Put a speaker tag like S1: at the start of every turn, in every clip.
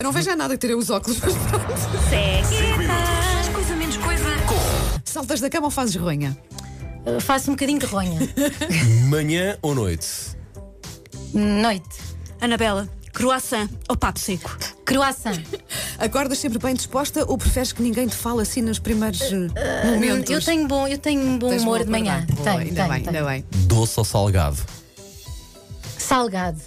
S1: Eu não vejo é nada, tirei os óculos. mas pronto.
S2: Sequetas. Coisa menos coisa.
S1: Saltas da cama ou fazes ronha?
S2: Uh, faço um bocadinho de ronha.
S3: Manhã ou noite?
S2: Noite.
S4: Anabela, croissant ou papo seco?
S2: Croissant.
S1: Acordas sempre bem disposta ou preferes que ninguém te fale assim nos primeiros eh, momentos?
S2: Eu tenho bom, eu tenho um bom
S1: Tens
S2: humor
S1: boa
S2: de manhã.
S1: acordar. Boa,
S2: Tenho,
S1: ainda
S2: tenho,
S1: bem,
S2: tenho.
S1: ainda bem.
S3: Doce ou salgado?
S2: Salgado.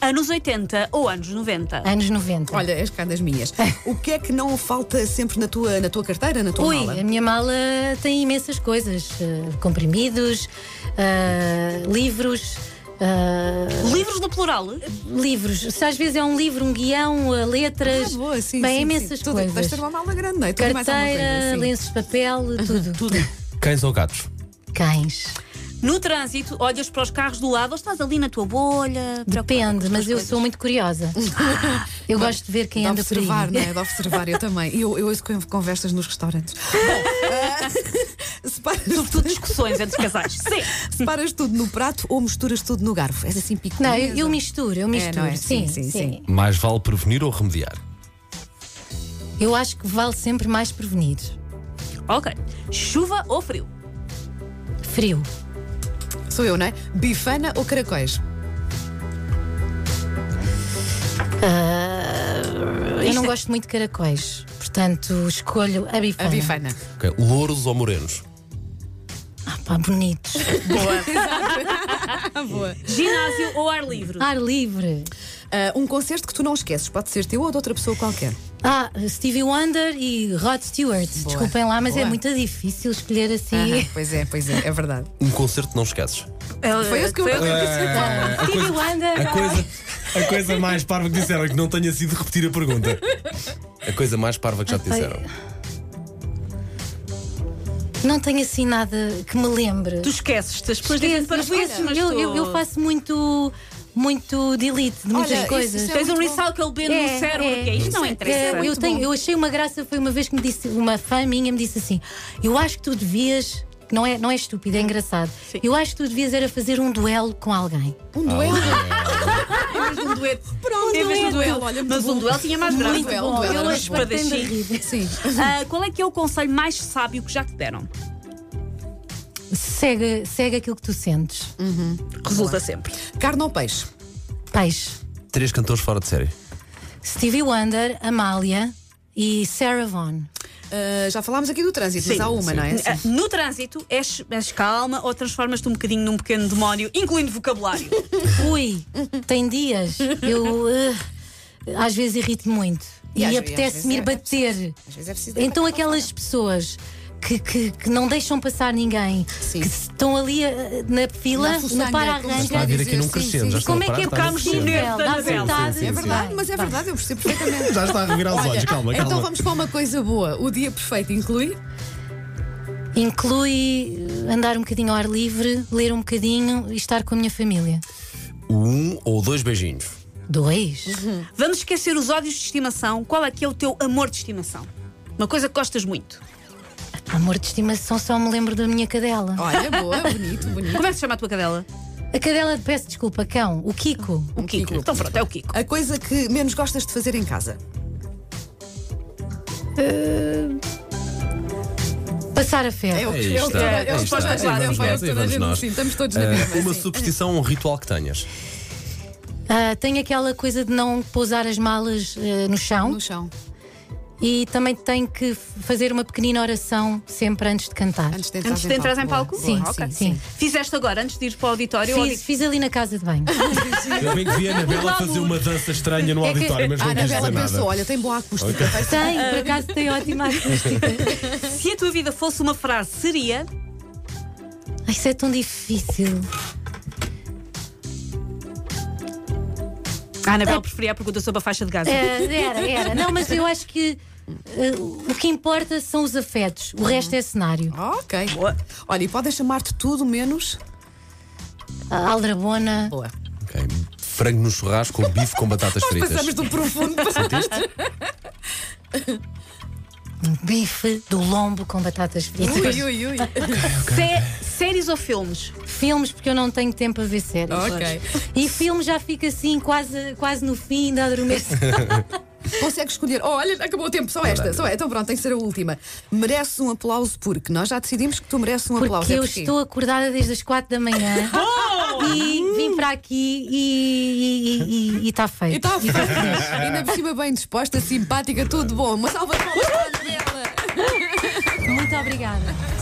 S4: Anos 80 ou anos 90?
S2: Anos 90.
S1: Olha, és cá das minhas. O que é que não falta sempre na tua, na tua carteira, na tua
S2: Ui, é
S1: mala?
S2: a minha mala tem imensas coisas: eh, comprimidos, eh, livros. eh,
S4: Livros no plural?
S2: livros, se às vezes é um livro, um guião, eh, letras,
S1: Ah, boa, sim,
S2: bem
S1: sim,
S2: imensas
S1: sim. Tudo, Vais
S2: coisas.
S1: ter uma mala grande, não é? Tudo e mais alguma
S2: Carteira,
S1: coisa, sim.
S2: lenços de papel, tudo. tudo.
S3: Cães ou gatos?
S2: Cães.
S4: No trânsito, olhas para os carros do lado ou estás ali na tua bolha?
S2: Depende, mas eu
S4: coisas.
S2: sou muito curiosa. Eu gosto de ver quem
S1: De
S2: anda por
S1: observar,
S2: aí.
S1: não é? De observar, eu também. E Eu, eu ouço con- conversas nos restaurantes. Bom, ah,
S4: Sobretudo
S1: separas,
S4: discussões entre casais. Sim.
S1: separas tudo no prato ou misturas tudo no garfo? És assim pico.
S2: Não, eu, eu misturo, eu
S1: É,
S2: misturo.
S1: não é?
S2: Sim,
S1: Sim, sim,
S2: sim,
S1: sim.
S3: Mais vale prevenir ou remediar?
S2: Eu acho que vale sempre mais prevenir.
S4: Ok. Chuva ou frio?
S2: Frio.
S1: Sou eu, não é? Bifana ou caracóis?
S2: Eu não
S4: é-
S2: gosto muito de caracóis, portanto escolho a
S1: A
S2: bifana.
S1: bifana.
S3: Ok, Louros ou morenos?
S2: Ah, pá, bonitos.
S1: Boa.
S4: Ginásio ou ar livre?
S2: Ar livre.
S1: Ah, um concerto que tu não esqueces, pode ser teu ou de outra pessoa qualquer.
S2: Ah, Stevie Wonder e Rod Stewart. Desculpem lá, mas é
S1: boa.
S2: muito difícil escolher assim.
S1: Aham, pois é, pois é, é verdade.
S3: Um concerto não esqueces.
S2: é,
S1: Foi isso é que eu-
S2: Ah, Stevie
S1: é
S2: Wonder.
S3: É, coisa, a coisa mais parva que disseram é que não tenha sido repetir a pergunta. A coisa mais parva que já te disseram.
S2: Não tenho assim nada que me lembre.
S4: Tu esqueces-te, as pessoas
S1: assim
S4: dizem
S2: Esqueço,
S4: para
S2: esqueço. eu, eu, eu faço muito, muito delete de muitas
S1: isso-
S2: coisas.
S1: isso é
S4: Tens um
S1: muito bom.
S4: recycle bin
S2: É,
S4: no cérebro,
S2: é.
S4: que é isto não interessa.
S2: eu, tenho, eu achei uma graça, foi uma vez que me disse, uma fã minha me disse assim: Eu acho que tu devias, não é, não é estúpido, é engraçado. Eu acho que tu devias era fazer um duelo com alguém.
S1: Um
S3: Ah,
S1: duelo.
S4: mais um dueto.
S1: Pronto,
S4: em vez de um
S1: um
S4: duelo.
S1: duelo, olha, muito
S4: Mas um
S1: bom.
S4: duelo tinha mais graça.
S1: Muito bom, é
S4: Eu
S1: eu
S4: era um
S1: acho
S2: bastante
S4: espadachim.
S1: Sim.
S4: Ah, qual é que é o conselho mais sábio que já te deram?
S2: Segue, segue aquilo que tu sentes.
S4: Resulta sempre.
S1: Carne ou peixe?
S2: Peixe.
S3: Três cantores fora de série.
S2: Stevie Wonder, Amália e Sarah Vaughan.
S1: Ah, já falámos aqui do trânsito, mas há uma, não é?
S4: Ah, No trânsito, és, és calma ou transformas-te um bocadinho num pequeno demónio, incluindo vocabulário?
S2: Ui, tem dias. Eu eh, às vezes irrito muito
S1: E
S2: e,
S1: às- e às
S2: apetece-me ir bater.
S1: Às vezes é preciso dar
S2: Então
S1: para fora.
S2: aquelas pessoas que, que, que não deixam passar ninguém,
S1: Sim.
S2: que se- estão ali eh, na fila,
S1: Na fuçanha,
S2: no
S1: como se
S3: Está a
S2: para-arranca.
S3: vir
S1: dizer,
S3: aqui num
S1: sim,
S3: crescendo.
S1: sim.
S3: Já estão
S2: Como é
S3: a
S2: que é
S3: parar, está
S4: bocamos
S3: num
S4: no dedo?
S3: crescendo.
S2: Dá
S4: Sim, sim,
S2: vontade.
S3: sim,
S1: É verdade,
S2: Vai,
S1: mas é
S2: vai.
S1: verdade, eu percebo perfeitamente.
S3: Já está a revirar os olhos, calma, calma.
S1: Então vamos para uma coisa boa. O dia perfeito inclui?
S2: Inclui eh, andar um bocadinho ao ar livre, ler um bocadinho e estar com a minha família.
S3: Um ou dois beijinhos.
S2: Dois.
S1: Uhum.
S4: Vamos esquecer os ódios de estimação. Qual é que é o teu amor de estimação? Uma coisa que gostas muito.
S2: Amor de estimação, só me lembro da minha cadela.
S1: Olha, boa, bonito, bonito.
S4: Como é que se chama a tua cadela?
S2: A cadela, peço desculpa, cão, o Kiko.
S4: O Kiko.
S1: Kiko.
S4: Então pronto, é o Kiko.
S1: A coisa que menos gostas de fazer em casa?
S2: Passar a ferro.
S1: Eu,
S3: É
S1: eu,
S3: isto,
S1: eu,
S3: é
S1: eu,
S3: isto, é,
S1: eu,
S3: vamos nós,
S1: toda a
S3: vamos
S1: gente,
S3: nós.
S1: sim, estamos todos na
S3: Ah,
S1: mesma. assim.
S3: uma
S1: sim.
S3: superstição ou um ritual que tenhas.
S2: Ah, tenho aquela coisa de não pousar as malas eh, no chão
S1: No chão,
S2: e também tenho que f- fazer uma pequenina oração sempre antes de cantar.
S1: antes de entrar
S4: Antes de entrar em palco?
S2: Sim,
S4: Ok.
S2: sim, sim.
S4: Fizeste agora, antes de ir para o auditório? ou
S2: Fiz, fiz ali na casa de banho.
S3: Eu bem que vi a Anabela fazer uma dança estranha no auditório, mas
S1: A
S3: não
S1: É
S3: quis
S1: Ah, Anabela
S3: dizer
S1: pensou:
S3: nada.
S1: olha, tem boa acústica. vai ser-
S2: tem, por acaso tem ótima acústica.
S4: Se a tua vida fosse uma frase, seria.
S2: Ai, isso é tão difícil.
S4: A Anabel Ah, preferia a pergunta sobre a faixa de gás.
S2: Eh, era, era. Não, mas eu acho que eh, o que importa são os afetos, o resto é cenário.
S1: Ah, Ok.
S4: Boa.
S1: Olha, e podem chamar-te tudo menos.
S2: A aldrabona.
S1: Boa.
S3: Ok. Frango no churrasco ou bife com batatas fritas.
S1: Passamos do profundo para.
S2: Um bife do lombo com batatas fritas.
S1: Ui, ui, ui.
S4: Sé- séries ou filmes?
S2: Filmes, porque eu não tenho tempo a ver séries.
S1: Ok.
S2: E filme já fica assim, quase, quase no fim, ainda adormeço.
S1: Consegue escolher. Oh, olha, acabou o tempo, só esta. Só é. Então pronto, tem que ser a última. Merece um aplauso porque nós já decidimos que tu mereces um aplauso.
S2: Porque
S1: é
S2: eu
S1: por ti.
S2: estou acordada desde as 4 da manhã e vim para aqui e está
S1: E tá-
S2: feito.
S1: está feliz. Ainda por cima bem disposta, simpática, tudo bom. Uma salva de palmas para a Anabela.
S2: Muito obrigada.